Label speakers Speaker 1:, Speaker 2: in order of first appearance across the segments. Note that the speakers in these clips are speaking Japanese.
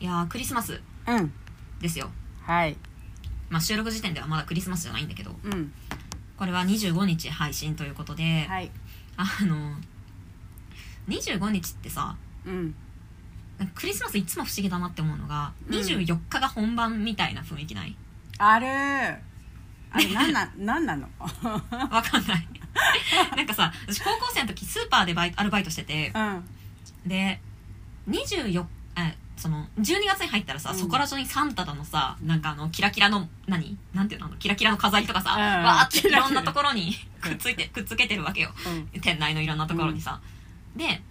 Speaker 1: いやークリスマス
Speaker 2: うん
Speaker 1: ですよ、
Speaker 2: はい
Speaker 1: まあ、収録時点ではまだクリスマスじゃないんだけど
Speaker 2: うん
Speaker 1: これは25日配信ということで、
Speaker 2: はい
Speaker 1: あの25日ってさ
Speaker 2: うん
Speaker 1: なんかクリスマスいつも不思議だなって思うのが、
Speaker 2: うん
Speaker 1: 24日が本番みたいな雰囲気ない
Speaker 2: あれーあれなん なんなんなの
Speaker 1: わかんない なんかさ私高校生の時スーパーでバイトアルバイトしてて
Speaker 2: うん
Speaker 1: で24えその12月に入ったらさ、
Speaker 2: うん
Speaker 1: そこら中にサンタだのさなんかあのキラキラの何なんていうのあのキラキラの飾りとかさ、
Speaker 2: うん
Speaker 1: わーってい
Speaker 2: キラ
Speaker 1: ろ
Speaker 2: キ
Speaker 1: ん
Speaker 2: ラ
Speaker 1: なところに
Speaker 2: う
Speaker 1: く
Speaker 2: ん
Speaker 1: っついてくっつけてるわけよ
Speaker 2: うん
Speaker 1: 店内のいろんなところにさ、で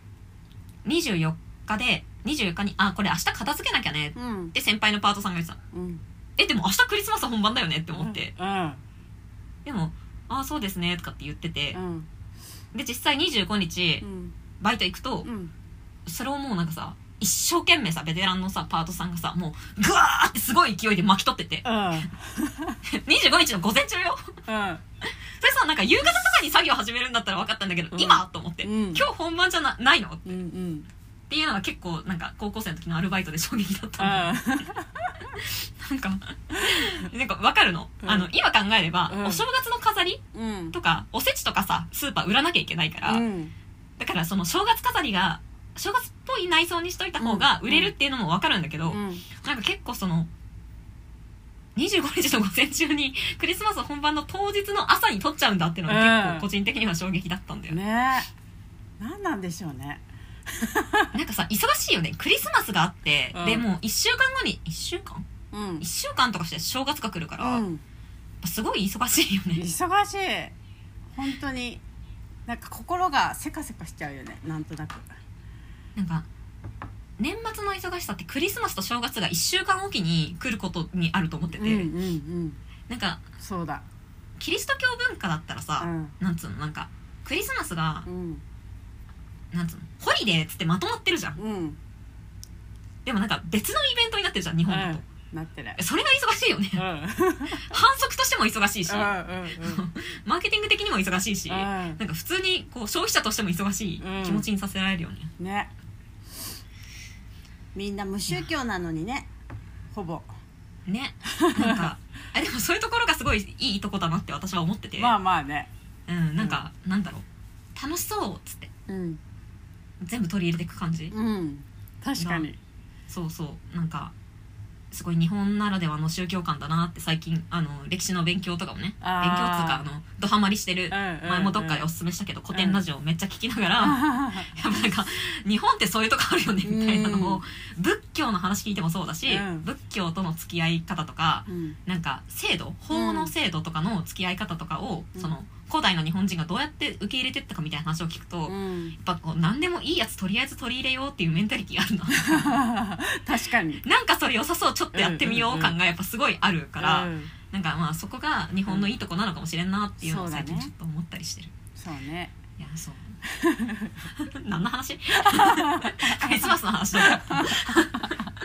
Speaker 1: 24日で24日にあこれ明日片付けなきゃねっ
Speaker 2: うん
Speaker 1: て先輩のパートさんが言ってた
Speaker 2: うん
Speaker 1: えでも明日クリスマス本番だよねって思って、
Speaker 2: うん
Speaker 1: でもああそうですねとかって言ってて
Speaker 2: う、ん
Speaker 1: で実際25日
Speaker 2: うん
Speaker 1: バイト行くと、
Speaker 2: うん
Speaker 1: それをもうなんかさ一生懸命さベテランのさパートさんがさもうグワーってすごい勢いで巻き取って て25日の午前中よ
Speaker 2: う
Speaker 1: そ
Speaker 2: ん
Speaker 1: れさなんか夕方とかに作業始めるんだったら分かったんだけど、
Speaker 2: うん
Speaker 1: 今と思って、
Speaker 2: うん
Speaker 1: 今日本番じゃなないのっ
Speaker 2: うんうん
Speaker 1: ていうのが結構なんか高校生の時のアルバイトで衝 撃だったんだよなんか なんか分かるの,、
Speaker 2: うん
Speaker 1: あの今考えれば、
Speaker 2: うん
Speaker 1: お正月の飾り
Speaker 2: うん
Speaker 1: とかおせちとかさスーパー売らなきゃいけないから、
Speaker 2: うん
Speaker 1: だからその正月飾りが正月っぽい内装にしといた方が売れるっていうのも分かるんだけど、
Speaker 2: うん
Speaker 1: なんか結構その25日の午前中にクリスマス本番の当日の朝に撮っちゃうんだっていうのが結
Speaker 2: うん
Speaker 1: 構個人的には衝撃だったんだよね、
Speaker 2: ねえなんなんでしょうね
Speaker 1: なんかさ忙しいよねクリスマスがあって、
Speaker 2: うん
Speaker 1: でもう1週間後に1週間
Speaker 2: うん
Speaker 1: 1週間とかして正月が来るから、
Speaker 2: う
Speaker 1: やっ
Speaker 2: ん
Speaker 1: ぱすごい忙しいよね
Speaker 2: 忙しい本当になんか心がせかせかしちゃうよねなんとなく
Speaker 1: なんか年末の忙しさってクリスマスと正月が1週間おきに来ることにあると思ってて、
Speaker 2: ん
Speaker 1: なんか
Speaker 2: そうだ
Speaker 1: キリスト教文化だったら
Speaker 2: う
Speaker 1: さ、
Speaker 2: ん
Speaker 1: なんつうのなんかクリスマスが
Speaker 2: うん
Speaker 1: なんつうのホリデーっつってまとまってるじゃん
Speaker 2: うん
Speaker 1: でもなんか別のイベントになってるじゃん日本だと、
Speaker 2: なってる
Speaker 1: それが忙しいよね
Speaker 2: うん
Speaker 1: 反則としても忙しいし、
Speaker 2: うん
Speaker 1: マーケティング的にも忙しいし、な
Speaker 2: うん
Speaker 1: か普通にこう消費者としても忙しい気持ちにさせられるよね、
Speaker 2: んねみんな無宗教なのにねほぼ
Speaker 1: ねなんかあでもそういうところがすごいいいとこだなって私は思ってて、
Speaker 2: まあまあね
Speaker 1: うん、なんか、なんだろう楽しそうっつって
Speaker 2: うん
Speaker 1: 全部取り入れていく感じ
Speaker 2: うん確かに
Speaker 1: そうそうなんかすごい日本ならではの宗教観だなって最近あの歴史の勉強とかもね勉強
Speaker 2: あ
Speaker 1: っ
Speaker 2: ー
Speaker 1: ていうかあのドハマりしてる前
Speaker 2: 前
Speaker 1: もどっかでおすすめしたけど古典ラジオめっちゃ聞きながら、やっぱなんか日本ってそういうとこあるよねみたいなの
Speaker 2: うん
Speaker 1: を仏教の話聞いてもそうだし、
Speaker 2: うん
Speaker 1: 仏教との付き合い方とか
Speaker 2: うん
Speaker 1: なんか制度法の制度とかの付き合い方とかを、その古代の日本人がどうやって受け入れてったかみたいな話を聞くと、
Speaker 2: う
Speaker 1: やっ
Speaker 2: ん
Speaker 1: ぱこう何でもいいやつとりあえず取り入れようっていうメンタリティあるな
Speaker 2: 確かに
Speaker 1: なんかそれ良さそうちょっとやってみよう感がやっぱすごいあるから、
Speaker 2: うん
Speaker 1: なんかまあそこが日本のいいとこなのかもしれんなっていうのを最近
Speaker 2: うん
Speaker 1: ちょっと思ったりしてる。
Speaker 2: そうね
Speaker 1: いやそう 何の話クリスマスの話だ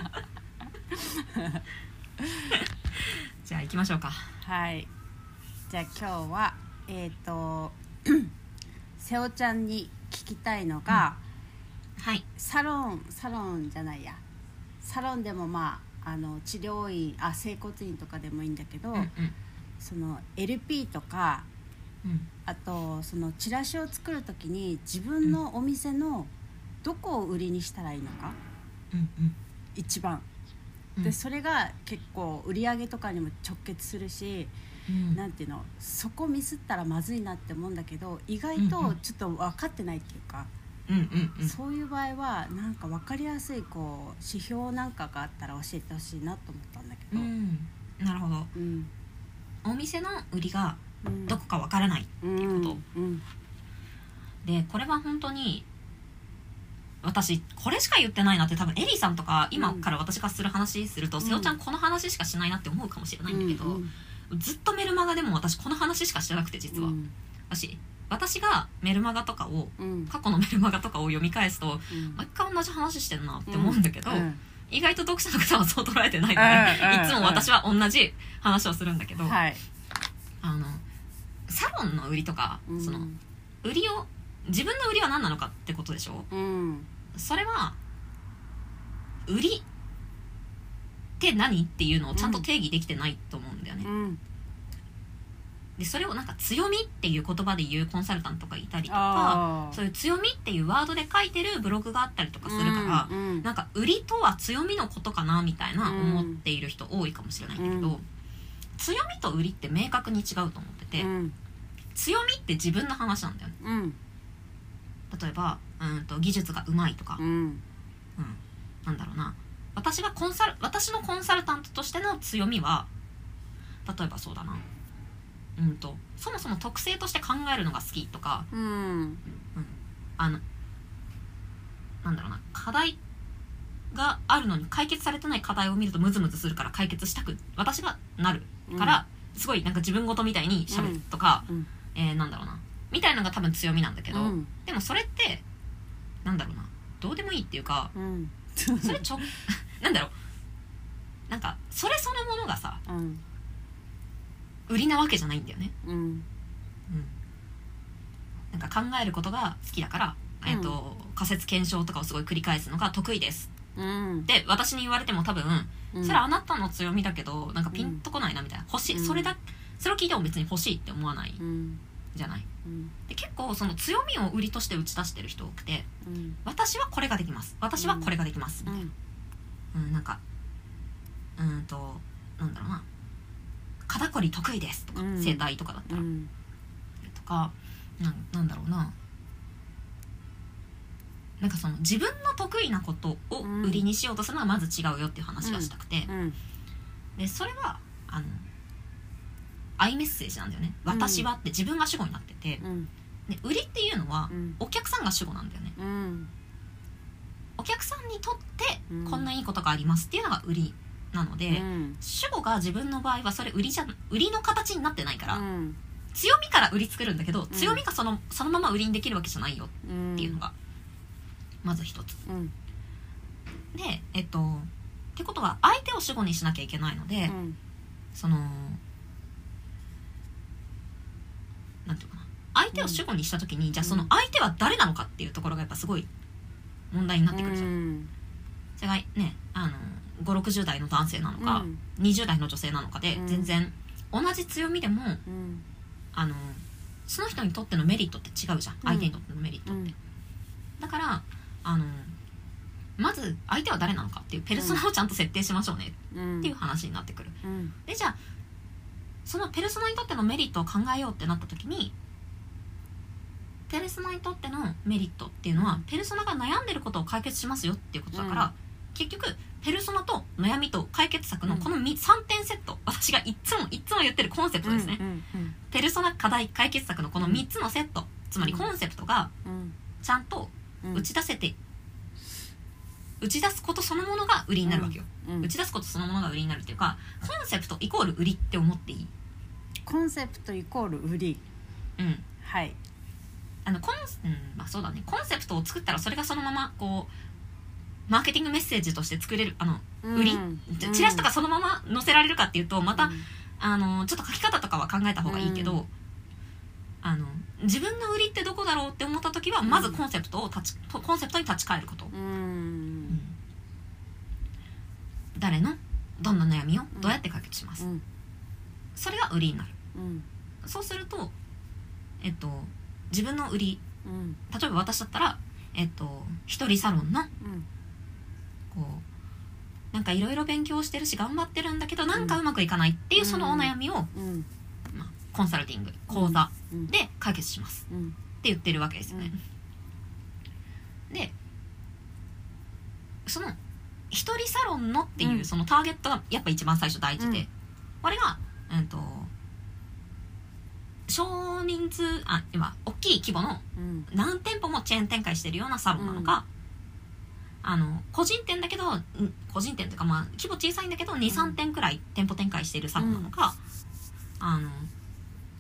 Speaker 1: よじゃあ行きましょうか
Speaker 2: はい。じゃあ今日はえっ、と 瀬尾ちゃんに聞きたいのが、
Speaker 1: はい
Speaker 2: サロンサロンじゃないやサロンでもまああの治療院あ整骨院とかでもいいんだけど、
Speaker 1: うんうん
Speaker 2: その LP とか
Speaker 1: うん
Speaker 2: あとそのチラシを作るときに自分のお店のどこを売りにしたらいいのか
Speaker 1: うんうん
Speaker 2: 一番。
Speaker 1: うん
Speaker 2: でそれが結構売り上げとかにも直結するし、
Speaker 1: うん
Speaker 2: なんていうのそこミスったらまずいなって思うんだけど意外
Speaker 1: うんう
Speaker 2: と
Speaker 1: ん
Speaker 2: ちょっと分かってないっていうか、
Speaker 1: うんうんうん
Speaker 2: そういう場合はなんか分かりやすいこう指標なんかがあったら教えてほしいなと思ったんだけ
Speaker 1: う
Speaker 2: ど、
Speaker 1: んなるほど
Speaker 2: うん
Speaker 1: お店の売りが
Speaker 2: うん、
Speaker 1: どこかわからない
Speaker 2: っていう、
Speaker 1: こと
Speaker 2: うん
Speaker 1: でこれは本当に私これしか言ってないなって多分エリーさんとか今から私がする話すると、
Speaker 2: ん
Speaker 1: 瀬尾ちゃんこの話しかしないなって思うかもしれないんだけど、
Speaker 2: うん
Speaker 1: ずっとメルマガでも私この話しかしてなくて実は、
Speaker 2: うん
Speaker 1: 私私がメルマガとかを
Speaker 2: うん
Speaker 1: 過去のメルマガとかを読み返すと
Speaker 2: うん
Speaker 1: 毎回同じ話してるなって思うんだけど、
Speaker 2: うん
Speaker 1: 意外と読者の方はそう捉えてない
Speaker 2: うん
Speaker 1: の
Speaker 2: うん
Speaker 1: でいつも私は同じ話をするんだけど、
Speaker 2: はい、
Speaker 1: あのサロンの売りとか、
Speaker 2: うん
Speaker 1: その売りを自分の売りは何なのかってことでしょ
Speaker 2: うん
Speaker 1: それは売りって何っていうのをちゃんと定義できてないと思うんだよね
Speaker 2: う。ん
Speaker 1: でそれをなんか強みっていう言葉で言うコンサルタントがいたりとか
Speaker 2: あー
Speaker 1: そういう強みっていうワードで書いてるブログがあったりとかするから、
Speaker 2: うんうん
Speaker 1: なんか売りとは強みのことかなみたいな
Speaker 2: うん
Speaker 1: 思っている人多いかもしれないんだけど、
Speaker 2: うん
Speaker 1: 強みと売りって明確に違うと思ってて、
Speaker 2: うん
Speaker 1: 強みって自分の話なんだよね
Speaker 2: うん
Speaker 1: 例えばうんと技術がうまいとか、
Speaker 2: うん
Speaker 1: うん、なんだろうな私がコンサル私のコンサルタントとしての強みは例えばそうだなうんとそもそも特性として考えるのが好きとか
Speaker 2: うん
Speaker 1: あのなんだろうな課題があるのに解決されてない課題を見るとムズムズするから解決したく私がなるから、すごいなんか自分事みたいにしゃべるとか、
Speaker 2: うん
Speaker 1: えーなんだろうなみたいのが多分強みなんだけ
Speaker 2: う
Speaker 1: ど、
Speaker 2: ん
Speaker 1: でもそれってなんだろうなどうでもいいっていうか
Speaker 2: うん
Speaker 1: それ ちょなんだろうなんかそれそのものがさ
Speaker 2: うん
Speaker 1: 売りなわけじゃないんだよね、
Speaker 2: うん
Speaker 1: うん、なんか考えることが好きだから、えっと仮説検証とかをすごい繰り返すのが得意です
Speaker 2: うん
Speaker 1: で私に言われても多分、
Speaker 2: うん
Speaker 1: それはあなたの強みだけどなんかピンとこないなみたいな欲しい、
Speaker 2: うん
Speaker 1: それだそれを聞いても別に欲しいって思わない
Speaker 2: うん
Speaker 1: じゃない
Speaker 2: うん
Speaker 1: で結構その強みを売りとして打ち出してる人多くて
Speaker 2: うん
Speaker 1: 私はこれができます私はこれができます、
Speaker 2: うん
Speaker 1: うん、なんかうーんとなんだろうな肩こり得意ですとか、
Speaker 2: うん
Speaker 1: 整体とかだった
Speaker 2: う
Speaker 1: ら、
Speaker 2: ん
Speaker 1: とかなんなんだろうななんかその自分の得意なことを売りにしようとするのはまず違うよっていう話がしたくて、
Speaker 2: うん
Speaker 1: でそれはあのアイメッセージなんだよね「
Speaker 2: うん
Speaker 1: 私は」って自分が主語になってて
Speaker 2: うん
Speaker 1: で売りっていうのは
Speaker 2: うん
Speaker 1: お客さんが主語なんだよね
Speaker 2: うん
Speaker 1: お客さんにとって
Speaker 2: うん
Speaker 1: こんないいことがありますっていうのが売りなので、
Speaker 2: うん
Speaker 1: 主語が自分の場合はそれ売りじゃ売りの形になってないから、
Speaker 2: うん
Speaker 1: 強みから売り作るんだけど強みがそのそのまま売りにできるわけじゃないよ
Speaker 2: うん
Speaker 1: っていうのが、まず一つ
Speaker 2: うん
Speaker 1: でえっとってことは相手を主語にしなきゃいけないので、
Speaker 2: うん
Speaker 1: そのなんていうかな相手を主語にした時に、じゃあその相手は誰なのかっていうところがやっぱすごい問題になってくるじゃん、
Speaker 2: うん
Speaker 1: それがねあの560代の男性なのか、20代の女性なのかで、
Speaker 2: うん
Speaker 1: 全然同じ強みでも
Speaker 2: うん
Speaker 1: あのその人にとってのメリットって違うじゃん、相手にとってのメリット
Speaker 2: う
Speaker 1: っ
Speaker 2: ん
Speaker 1: て、だからあのまず相手は誰なのかっていうペルソナをちゃんと設定しましょうね
Speaker 2: うん
Speaker 1: っていう話になってくる、
Speaker 2: うん
Speaker 1: でじゃあそのペルソナにとってのメリットを考えようってなった時にペルソナにとってのメリットっていうのはペルソナが悩んでることを解決しますよっていうことだから、
Speaker 2: うん
Speaker 1: 結局ペルソナと悩みと解決策のこの3点セット私がいっつもいっつも言ってるコンセプトですね、
Speaker 2: うんうん
Speaker 1: ペルソナ課題解決策のこの3つのセットつまりコンセプトが
Speaker 2: うん
Speaker 1: ちゃんと
Speaker 2: うん
Speaker 1: 打ち出せて、打ち出すことそのものが売りになるわけよ、
Speaker 2: うん
Speaker 1: 打ち出すことそのものが売りになるっていうかコンセプトイコール売りって思っていい、
Speaker 2: コンセプトイコール売り
Speaker 1: うん
Speaker 2: はい
Speaker 1: あのコンうんまあ、そうだねコンセプトを作ったらそれがそのままこうマーケティングメッセージとして作れるあの売り、じゃチラシとかそのまま載せられるかっていうとまた、あのちょっと書き方とかは考えた方がいいけど、
Speaker 2: う
Speaker 1: あの自分の売りってどこだろうって思った時はまずコンセプトを立ち、とコンセプトに立ち返ること、
Speaker 2: うん
Speaker 1: 誰のどんな悩みを
Speaker 2: うん
Speaker 1: どうやって解決します、
Speaker 2: うん
Speaker 1: それが売りになる
Speaker 2: うん
Speaker 1: そうするとえっと自分の売り
Speaker 2: うん
Speaker 1: 例えば私だったらえっと一人サロンの
Speaker 2: うん
Speaker 1: こうなんかいろいろ勉強してるし頑張ってるんだけどなんかうまくいかないっていうそのお悩みを、
Speaker 2: うん
Speaker 1: まあ、コンサルティング講座
Speaker 2: うん
Speaker 1: で解決します
Speaker 2: うん
Speaker 1: って言ってるわけですよね。でその一人サロンのっていう、
Speaker 2: うん
Speaker 1: そのターゲットがやっぱ一番最初大事で、
Speaker 2: うん
Speaker 1: これが、うん、と少人数あ今大きい規模の
Speaker 2: うん
Speaker 1: 何店舗もチェーン展開してるようなサロンなのか、あの個人店だけどん個人店というか、まあ、規模小さいんだけど23店くらい店舗展開しているサロンなのか、あの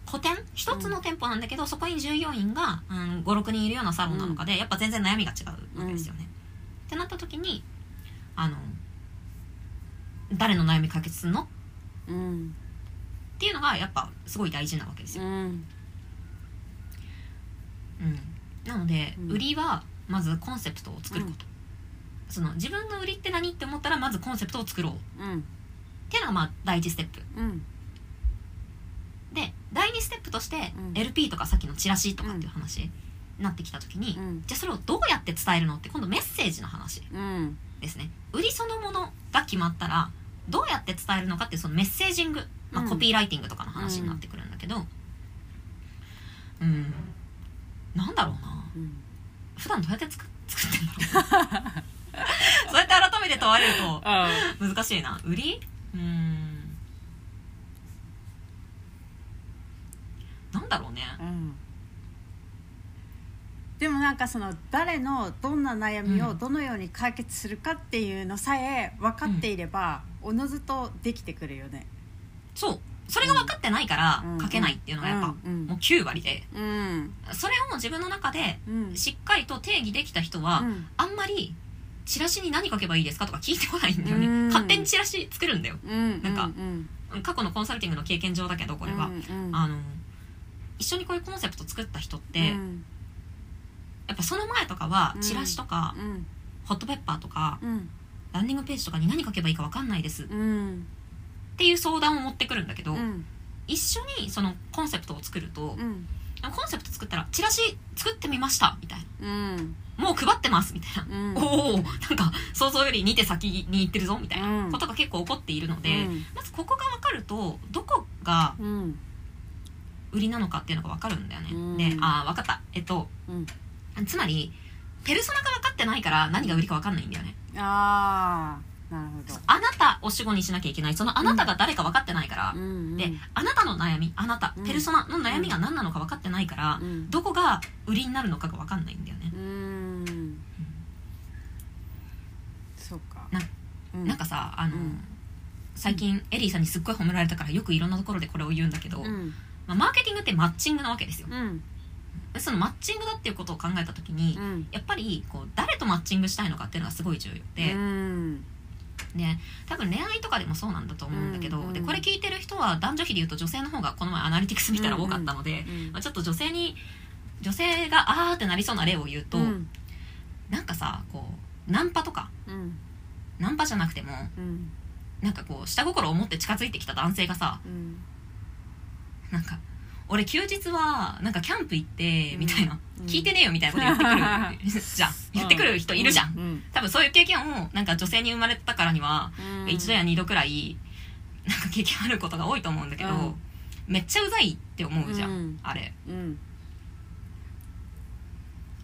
Speaker 1: 個店一つの店舗なんだけど、そこに従業員が、うん、56人いるようなサロンなのかで、やっぱ全然悩みが違うわけですよね。ってなった時にあの誰の悩み解決するのっ
Speaker 2: うん
Speaker 1: ていうのがやっぱすごい大事なわけですよ
Speaker 2: うん
Speaker 1: うん、なので、
Speaker 2: うん
Speaker 1: 売りはまずコンセプトを作ること、その自分の売りって何って思ったらまずコンセプトを作ろうっ
Speaker 2: うん
Speaker 1: ていうのがまあ第一ステップ
Speaker 2: うん
Speaker 1: で第2ステップとして
Speaker 2: うん
Speaker 1: LP とかさっきのチラシとかっていう話になってきた時に、
Speaker 2: うん
Speaker 1: じゃあそれをどうやって伝えるのって今度メッセージの話
Speaker 2: うん
Speaker 1: ですね売りそのものが決まったらどうやって伝えるのかっていうそのメッセージング、ま
Speaker 2: う
Speaker 1: あ、
Speaker 2: ん
Speaker 1: コピーライティングとかの話になってくるんだけどうん、なんだろうな
Speaker 2: うん
Speaker 1: 普段どうやって作作ってんだろうそうやって改めて問われると難しいな売りうーんなんだろうね
Speaker 2: うんでもなんかその誰のどんな悩み
Speaker 1: う
Speaker 2: を
Speaker 1: ん
Speaker 2: どのように解決するかっていうのさえ分かっていればおのずとできてくるよね。
Speaker 1: そうそれが分かってないから
Speaker 2: うん
Speaker 1: 書けないっていうのがやっぱも
Speaker 2: うん
Speaker 1: う9割で
Speaker 2: うん
Speaker 1: それを自分の中で
Speaker 2: うん
Speaker 1: しっかりと定義できた人は
Speaker 2: うん
Speaker 1: あんまりチラシに何書けばいいですかとか聞いてこないんだよね
Speaker 2: うん
Speaker 1: 勝手にチラシ作るんだよ
Speaker 2: うん
Speaker 1: なんか
Speaker 2: うん
Speaker 1: 過去のコンサルティングの経験上だけどこれは
Speaker 2: うんうん
Speaker 1: あの一緒にこういうコンセプト作った人って
Speaker 2: うん
Speaker 1: やっぱその前とかは
Speaker 2: うん
Speaker 1: チラシとか
Speaker 2: うん
Speaker 1: ホットペッパーとか
Speaker 2: うん
Speaker 1: ランディングページとかに何書けばいいか分かんないですっ
Speaker 2: うん
Speaker 1: ていう相談を持ってくるんだけど、
Speaker 2: うん
Speaker 1: 一緒にそのコンセプトを作ると、
Speaker 2: うん
Speaker 1: コンセプト作ったらチラシ作ってみましたみたい
Speaker 2: うん
Speaker 1: なもう配ってますみたいな、
Speaker 2: うん
Speaker 1: おおなんか想像より2手先に行ってるぞみたいなことが結構起こっているので、まずここが分かるとどこが
Speaker 2: うん
Speaker 1: 売りなのかっていうのが分かるんだよね、
Speaker 2: うん
Speaker 1: でああ分かったえっと
Speaker 2: うん
Speaker 1: つまりペルソナが分かってないから何が売りか分かんないんだよね
Speaker 2: ああなるほど。
Speaker 1: あなたを主語にしなきゃいけないそのあなたが誰か分かってないから、
Speaker 2: うん
Speaker 1: であなたの悩みあなた
Speaker 2: うん
Speaker 1: ペルソナの悩みが何なのか分かってないから、
Speaker 2: うん
Speaker 1: どこが売りになるのかが分かんないんだよね
Speaker 2: う、んそうか
Speaker 1: な
Speaker 2: うん
Speaker 1: なんかさあの、
Speaker 2: うん
Speaker 1: 最近エリーさんにすっごい褒められたからよくいろんなところでこれを言うんだけど、
Speaker 2: うん
Speaker 1: まあ、マーケティングってマッチングなわけですよ
Speaker 2: うん
Speaker 1: そのマッチングだっていうことを考えた時に、
Speaker 2: うん
Speaker 1: やっぱりこう誰とマッチングしたいのかっていうのがすごい重要で
Speaker 2: う、ん
Speaker 1: ね、多分恋愛とかでもそうなんだと思うんだけど、
Speaker 2: うんうん
Speaker 1: でこれ聞いてる人は男女比で言うと女性の方がこの前アナリティクス見たら多かったので、まあ、ちょっと女性に女性があーってなりそうな例を言うと、
Speaker 2: うん
Speaker 1: なんかさこうナンパとか
Speaker 2: うん
Speaker 1: ナンパじゃなくても
Speaker 2: うん
Speaker 1: なんかこう下心を持って近づいてきた男性がさ
Speaker 2: うん
Speaker 1: なんか俺休日はなんかキャンプ行って
Speaker 2: うん
Speaker 1: みたいな、
Speaker 2: うん
Speaker 1: 聞いてねえよみたいなこと言 ってくるじゃん言ってくる人いるじゃん、
Speaker 2: うん
Speaker 1: 多分そういう経験をなんか女性に生まれたからには、
Speaker 2: うん
Speaker 1: 一度や二度くらいなんか経験あることが多いと思うんだけど、
Speaker 2: うん
Speaker 1: めっちゃうざいって思うじゃん、
Speaker 2: うん
Speaker 1: あれ
Speaker 2: うん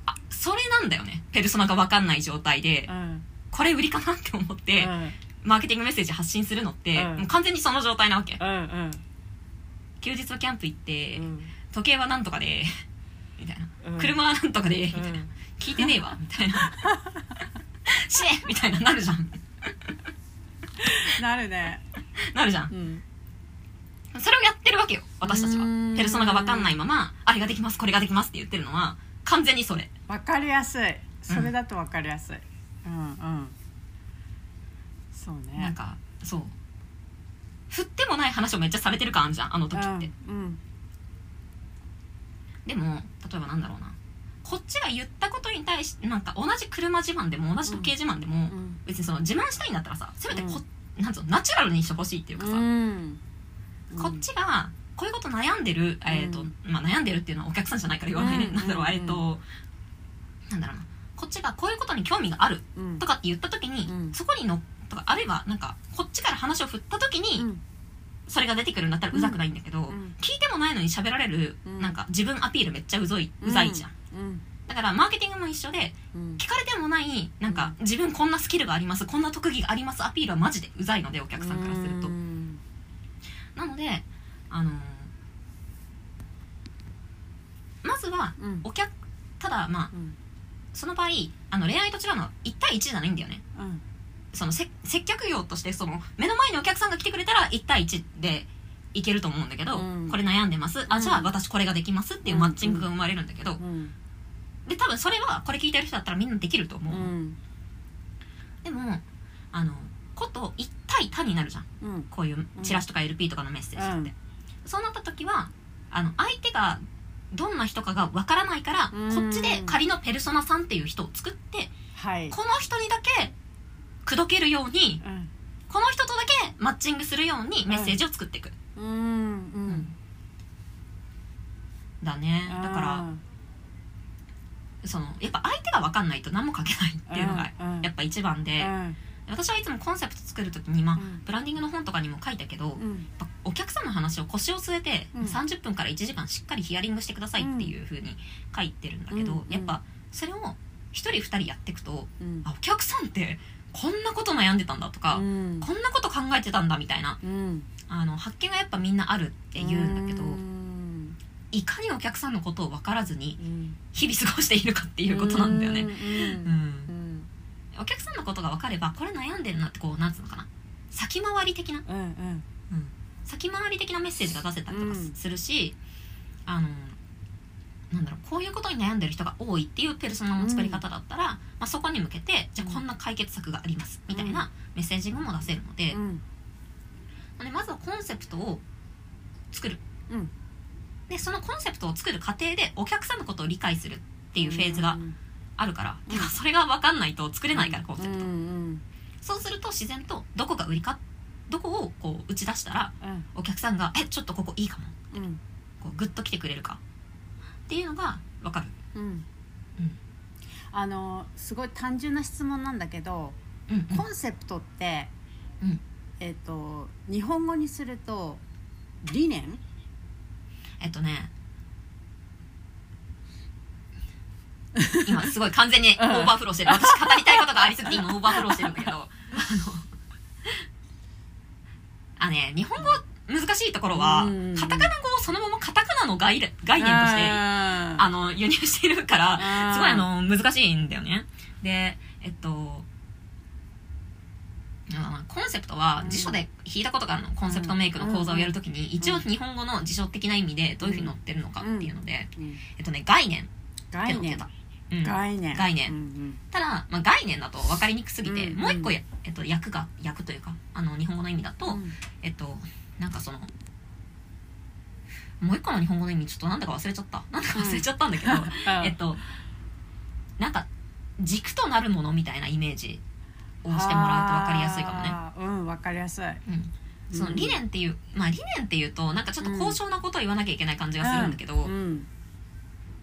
Speaker 1: あそれなんだよねペルソナが分かんない状態で、
Speaker 2: うん
Speaker 1: これ売りかなって思って、
Speaker 2: うん
Speaker 1: マーケティングメッセージ発信するのって、
Speaker 2: うん
Speaker 1: もう完全にその状態なわけ、
Speaker 2: うん
Speaker 1: 休日はキャンプ行って、
Speaker 2: うん
Speaker 1: 時計はなんとかで みたいな、
Speaker 2: うん
Speaker 1: 車はなんとかで、みたいな聞いてねえわみたいな 死ねみたいななるじゃん
Speaker 2: なるね
Speaker 1: なるじゃん
Speaker 2: うん
Speaker 1: それをやってるわけよ私たちは
Speaker 2: うん
Speaker 1: ペルソナが分かんないままあれができますこれができますって言ってるのは完全にそれ
Speaker 2: わかりやすいそれだとわかりやすいうんうんそうね
Speaker 1: なんかそう振ってもない話をめっちゃされてる感あるじゃんあの時って、
Speaker 2: うん
Speaker 1: でも例えばなんだろうなこっちが言ったことに対してなんか同じ車自慢でも同じ時計自慢でも、
Speaker 2: うん
Speaker 1: 別にその自慢したいんだったらさせめてこ、なんつうのナチュラルにしてほしいっていうかさ、
Speaker 2: うん
Speaker 1: こっちがこういうこと悩んでる、えーと
Speaker 2: うん
Speaker 1: まあ、悩んでるっていうのはお客さんじゃないから言わないね、
Speaker 2: うん
Speaker 1: なんだろう、
Speaker 2: うん
Speaker 1: えっ、となんだろうなこっちがこういうことに興味がある
Speaker 2: うん
Speaker 1: とかって言った時に、
Speaker 2: うん
Speaker 1: そこにのとかあるいはなんかこっちから話を振った時に、
Speaker 2: うん
Speaker 1: それが出てくるんだったらうざくないんだけど、
Speaker 2: ん
Speaker 1: 聞いてもないのに喋られる、
Speaker 2: うん
Speaker 1: なんか自分アピールめっちゃうぞいうざいじゃん、
Speaker 2: うん
Speaker 1: だからマーケティングも一緒で
Speaker 2: うん
Speaker 1: 聞かれてもないなんか自分こんなスキルがありますこんな特技がありますアピールはマジでうざいのでお客さんからすると
Speaker 2: うん
Speaker 1: なのであのーまずは
Speaker 2: うん
Speaker 1: お客ただまあ
Speaker 2: うん
Speaker 1: その場合あの恋愛と違うのは1対1じゃないんだよね
Speaker 2: うん
Speaker 1: そのせ接客業としてその目の前にお客さんが来てくれたら1対1でいけると思うんだけど、
Speaker 2: うん
Speaker 1: これ悩んでますあ
Speaker 2: うん
Speaker 1: じゃあ私これができますっていうマッチングが生まれるんだけど、
Speaker 2: うん
Speaker 1: で多分それはこれ聞いてる人だったらみんなできると思
Speaker 2: う
Speaker 1: う、
Speaker 2: ん
Speaker 1: でもあのこと1対多になるじゃん
Speaker 2: うん
Speaker 1: こういうチラシとか LP とかのメッセージって、そうなった時はあの相手がどんな人かがわからないから、
Speaker 2: うん
Speaker 1: こっちで仮のペルソナさんっていう人を作って
Speaker 2: はい
Speaker 1: この人にだけ口説けるように
Speaker 2: うん
Speaker 1: この人とだけマッチングするようにメッセージを作っていく、
Speaker 2: うんうん
Speaker 1: だねだか
Speaker 2: うん
Speaker 1: らそのやっぱ相手が分かんないと何も書けないっていうのが
Speaker 2: うんうん
Speaker 1: やっぱ一番で、
Speaker 2: うん
Speaker 1: 私はいつもコンセプト作る時に、まあ
Speaker 2: うん
Speaker 1: ブランディングの本とかにも書いたけど、やっ
Speaker 2: うん
Speaker 1: ぱお客さんの話を腰を据えて、
Speaker 2: うん
Speaker 1: 30分から1時間しっかりヒアリングしてくださいっていうふうに書いてるんだけど、
Speaker 2: うんうん
Speaker 1: やっぱそれを1人2人やっていくと
Speaker 2: うん
Speaker 1: あお客さんってこんなこと悩んでたんだとか、
Speaker 2: うん
Speaker 1: こんなこと考えてたんだみたいな
Speaker 2: うん
Speaker 1: あの発見がやっぱみんなあるって言うんだけど、
Speaker 2: うん
Speaker 1: いかにお客さんのことを分からずに
Speaker 2: うん
Speaker 1: 日々過ごしているかっていうことなんだよね。
Speaker 2: うん
Speaker 1: う、
Speaker 2: うんん
Speaker 1: お客さんのことが分かればこれ悩んでるなってこうなんつうのかな先回り的な
Speaker 2: うんうん
Speaker 1: 先回り的なメッセージが出せたりとか
Speaker 2: うん
Speaker 1: するし、あのなんだろうこういうことに悩んでる人が多いっていうペルソナの作り方だったら、まあ、そこに向けてじゃあこんな解決策がありますみたいなメッセージングも出せるので,、
Speaker 2: うん
Speaker 1: でまずはコンセプトを作る
Speaker 2: うん
Speaker 1: でそのコンセプトを作る過程でお客さんのことを理解するっていうフェーズがあるから、
Speaker 2: うん
Speaker 1: てかそれが分かんないと作れないからコンセプト、
Speaker 2: うん
Speaker 1: そうすると自然とどこが売りかどこをこう打ち出したら
Speaker 2: うん
Speaker 1: お客さんが「えちょっとここいいかも」
Speaker 2: うん
Speaker 1: こうグッと来てくれるかっていうのが分かる
Speaker 2: うんあのすごい単純な質問なんだけど、
Speaker 1: うんうん
Speaker 2: コンセプトって、
Speaker 1: うん
Speaker 2: えっ、と日本語にすると理念
Speaker 1: えっとね今すごい完全にオーバーフローしてる私語りたいことがありすぎて今オーバーフローしてるんだけどあのあね日本語難しいところは
Speaker 2: うん
Speaker 1: カタカナ語をそのままカタカナの概念概念としてあ
Speaker 2: あ
Speaker 1: の輸入してるから
Speaker 2: あー
Speaker 1: すごいあの難しいんだよね。でえっとあコンセプトは
Speaker 2: うん
Speaker 1: 辞書で引いたことがあるの、コンセプトメイクの講座をやるときに、一応日本語の辞書的な意味でどういうふうに載ってるのかっていうので、えっとね概念って
Speaker 2: 概
Speaker 1: 載って
Speaker 2: 念
Speaker 1: た。うん
Speaker 2: 概念
Speaker 1: 概念
Speaker 2: うん
Speaker 1: ただ、まあ、概念だと分かりにくすぎて、
Speaker 2: うん
Speaker 1: もう一個や、えっと、訳が訳というかあの日本語の意味だと、
Speaker 2: うん
Speaker 1: えっとなんかそのもう一個の日本語の意味ちょっとなんだか忘れちゃったなんだか忘れちゃったんだ けど、
Speaker 2: うん
Speaker 1: えっと、なんか軸となるものみたいなイメージをしてもらうと分かりやすいかもね。
Speaker 2: あーうん分かりやすい
Speaker 1: うんその
Speaker 2: うん
Speaker 1: 理念っていう、まあ理念っていうとなんかちょっと高尚なことを言わなきゃいけない感じがするんだけど、
Speaker 2: うん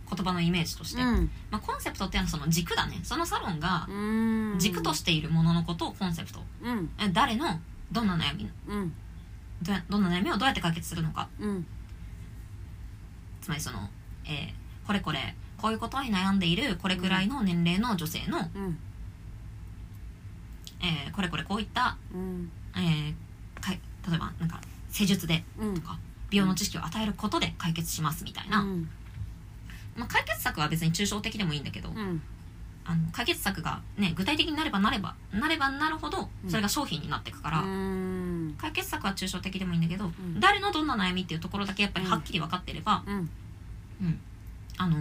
Speaker 1: 言葉のイメージとして、
Speaker 2: うん
Speaker 1: まあ、コンセプトっていうのはその軸だねそのサロンが
Speaker 2: うん
Speaker 1: 軸としているもののことをコンセプト
Speaker 2: うん
Speaker 1: え誰のどんな悩み
Speaker 2: うん
Speaker 1: どうやどんな悩みをどうやって解決するのか
Speaker 2: うん
Speaker 1: つまりその、えーこれこれこういうことに悩んでいるこれくらいの年齢の女性の、
Speaker 2: うん
Speaker 1: えーこれこれこういった
Speaker 2: うん
Speaker 1: えーかい例えばなんか施術で
Speaker 2: うん
Speaker 1: とか美容の知識を与えることで解決しますみたいな、
Speaker 2: うん
Speaker 1: まあ、解決策は別に抽象的でもいいんだけど、
Speaker 2: うん
Speaker 1: あの解決策が、ね、具体的になればなればなればなるほど
Speaker 2: うん
Speaker 1: それが商品になっていくから、
Speaker 2: うん
Speaker 1: 解決策は抽象的でもいいんだけど、
Speaker 2: ん
Speaker 1: 誰のどんな悩みっていうところだけやっぱりはっきり分かってれば、
Speaker 2: うん
Speaker 1: うんあの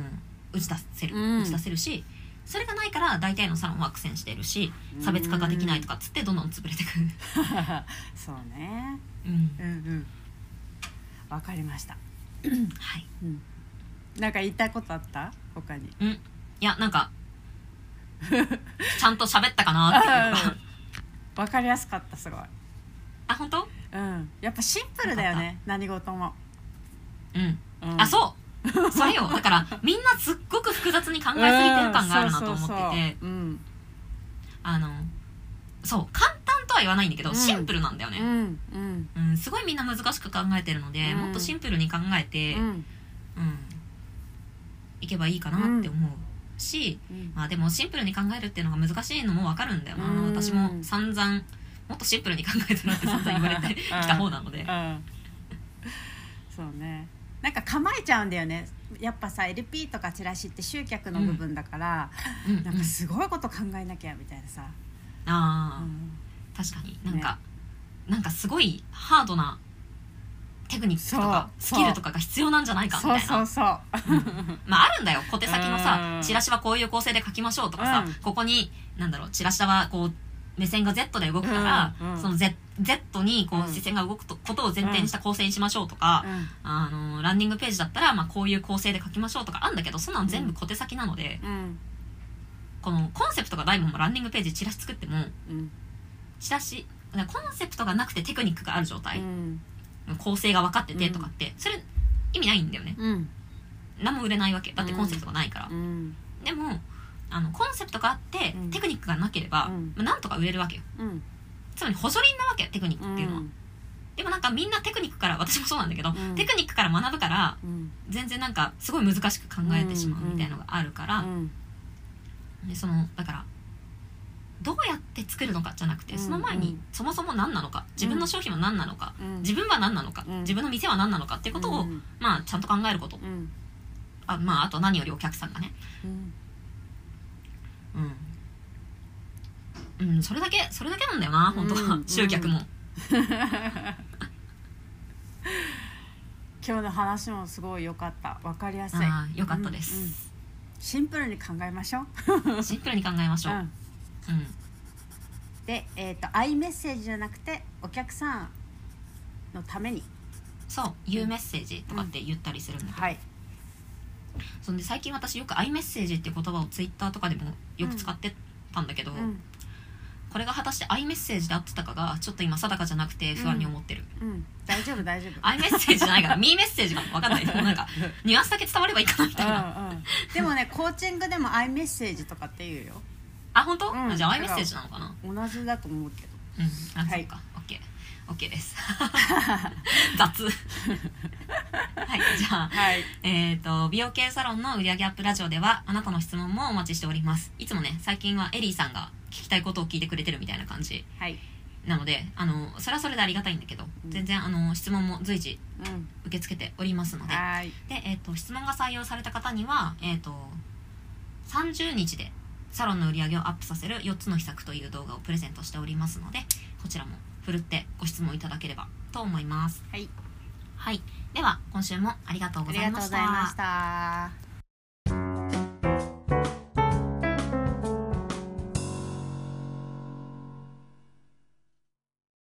Speaker 1: 打ち出せる、
Speaker 2: うん
Speaker 1: 打ち出せるしそれがないから大体のサロンは苦戦してるし差別化ができないとかっつってどんどん潰れてくる。
Speaker 2: そうね
Speaker 1: うん
Speaker 2: うんうんわかりました
Speaker 1: はい
Speaker 2: うんなんか言いたいことあった他に
Speaker 1: うん、いやなんかちゃんと喋ったかなっていうの が
Speaker 2: わかりやすかったすごい
Speaker 1: あ本当
Speaker 2: うんやっぱシンプルだよね何事も、
Speaker 1: うん、
Speaker 2: うん、
Speaker 1: あそうそれよだからみんなすっごく複雑に考えすぎてる感があるなと思
Speaker 2: うん
Speaker 1: ってて
Speaker 2: そうそうそううん
Speaker 1: あのそう簡単とは言わないんだけど、
Speaker 2: うん
Speaker 1: シンプルなんだよ
Speaker 2: う
Speaker 1: ね、
Speaker 2: んうん
Speaker 1: うん、すごいみんな難しく考えてるので、
Speaker 2: うん
Speaker 1: もっとシンプルに考えて、う
Speaker 2: うんん
Speaker 1: いけばいいかなって思うし、
Speaker 2: うん
Speaker 1: まあでもシンプルに考えるっていうのが難しいのもわかるんだよな、
Speaker 2: うん
Speaker 1: 私も散々もっとシンプルに考えてなって散々言われてきた方なので、
Speaker 2: うんそうねなんか構えちゃうんだよねやっぱさ LP とかチラシって集客の部分だから、
Speaker 1: うんうん
Speaker 2: なんかすごいこと考えなきゃみたいなさ、う
Speaker 1: ああ、
Speaker 2: ん、
Speaker 1: 確かになんか、なんかすごいハードなテクニックとかス
Speaker 2: そう
Speaker 1: キルとかが必要なんじゃないかみたい
Speaker 2: そう
Speaker 1: な
Speaker 2: そうそう
Speaker 1: うんまああるんだよ小手先の
Speaker 2: う
Speaker 1: さ
Speaker 2: ん
Speaker 1: チラシはこういう構成で書きましょうとかさ、
Speaker 2: うん
Speaker 1: ここになんだろうチラシはこう目線が Z で動くから、
Speaker 2: うんうん
Speaker 1: その Z, Z にこ
Speaker 2: う
Speaker 1: うん視線が動くとことを前提にした構成にしましょうとか、あのランディングページだったら、まあ、こういう構成で書きましょうとかあるんだけどそんなん全部小手先なので、
Speaker 2: うん
Speaker 1: このコンセプトがないもんもランディングページチラシ作っても
Speaker 2: うん
Speaker 1: チラシねコンセプトがなくてテクニックがある状態
Speaker 2: う、ん
Speaker 1: 構成が分かっててとかって、それ意味ないんだよね
Speaker 2: うん
Speaker 1: 何も売れないわけだってコンセプトがないから
Speaker 2: う、ん
Speaker 1: でもあのコンセプトがあって、
Speaker 2: うん
Speaker 1: テクニックがなければ、
Speaker 2: うん
Speaker 1: まあなんとか売れるわけよ
Speaker 2: うん
Speaker 1: つまり補助輪なわけテクニッ
Speaker 2: う
Speaker 1: クっていうのは、
Speaker 2: ん
Speaker 1: でもなんかみんなテクニックから私もそうなんだけど、
Speaker 2: うん
Speaker 1: テクニックから学ぶから
Speaker 2: うん
Speaker 1: 全然なんかすごい難しく考えてしまうみたいのがあるから、
Speaker 2: うん
Speaker 1: でそのだからどうやって作るのかじゃなくて、
Speaker 2: うん
Speaker 1: その前
Speaker 2: う
Speaker 1: に
Speaker 2: ん
Speaker 1: そもそも何なのか自分の商品は何なのか、
Speaker 2: うん
Speaker 1: 自分は何なのか、
Speaker 2: うん
Speaker 1: 自分の店は何なのかっていうことを、
Speaker 2: うん
Speaker 1: まあちゃんと考えること
Speaker 2: うん
Speaker 1: あまああと何よりお客さんがね
Speaker 2: うん
Speaker 1: うん、うん、それだけそれだけなんだよな本当は、
Speaker 2: うん
Speaker 1: 集客も、
Speaker 2: 今日の話もすごい良かったわかりやすい
Speaker 1: あーよかったです、
Speaker 2: シンプルに考えましょう、
Speaker 1: シンプルに考えましょう、うん
Speaker 2: でえっ、とアイメッセージじゃなくてお客さんのために
Speaker 1: そう「U メッセージ」とかって言ったりするんだけど、
Speaker 2: はい
Speaker 1: そんで最近私よく「アイメッセージ」っていう言葉をツイッターとかでもよく使ってたんだけど、
Speaker 2: うん
Speaker 1: これが果たしてアイメッセージで合ってたかがちょっと今定かじゃなくて不安に思ってる、
Speaker 2: うん大丈夫大丈夫
Speaker 1: アイメッセージじゃないからミーメッセージかも分かんないでもなんかニュアンスだけ伝わればいいかなみたいな、
Speaker 2: うんうんでもねコーチングでもアイメッセージとかって言うよ
Speaker 1: あ本当、
Speaker 2: うん
Speaker 1: じゃあアイメッセージなのかな
Speaker 2: 同じだと思うけど
Speaker 1: うんあ、
Speaker 2: は
Speaker 1: はいい、そうか OKOK です 雑はいじゃあ
Speaker 2: はい
Speaker 1: えー、と美容系サロンの売り上げアップラジオではあなたの質問もお待ちしておりますいつもね最近はエリーさんが聞きたいことを聞いてくれてるみたいな感じ
Speaker 2: はい
Speaker 1: なのであのそれはそれでありがたいんだけど
Speaker 2: うん
Speaker 1: 全然あの質問も随時
Speaker 2: うん
Speaker 1: 受け付けておりますので
Speaker 2: はい
Speaker 1: で、えー、と質問が採用された方には、えー、と30日でサロンの売り上げをアップさせる4つの秘策という動画をプレゼントしておりますのでこちらもふるってご質問いただければと思います
Speaker 2: はい
Speaker 1: はいでは今週もありがとう
Speaker 2: あ
Speaker 1: ご
Speaker 2: り
Speaker 1: ざ
Speaker 2: が
Speaker 1: い
Speaker 2: と
Speaker 1: ま
Speaker 2: うご
Speaker 1: し
Speaker 2: ざいま
Speaker 1: た
Speaker 2: した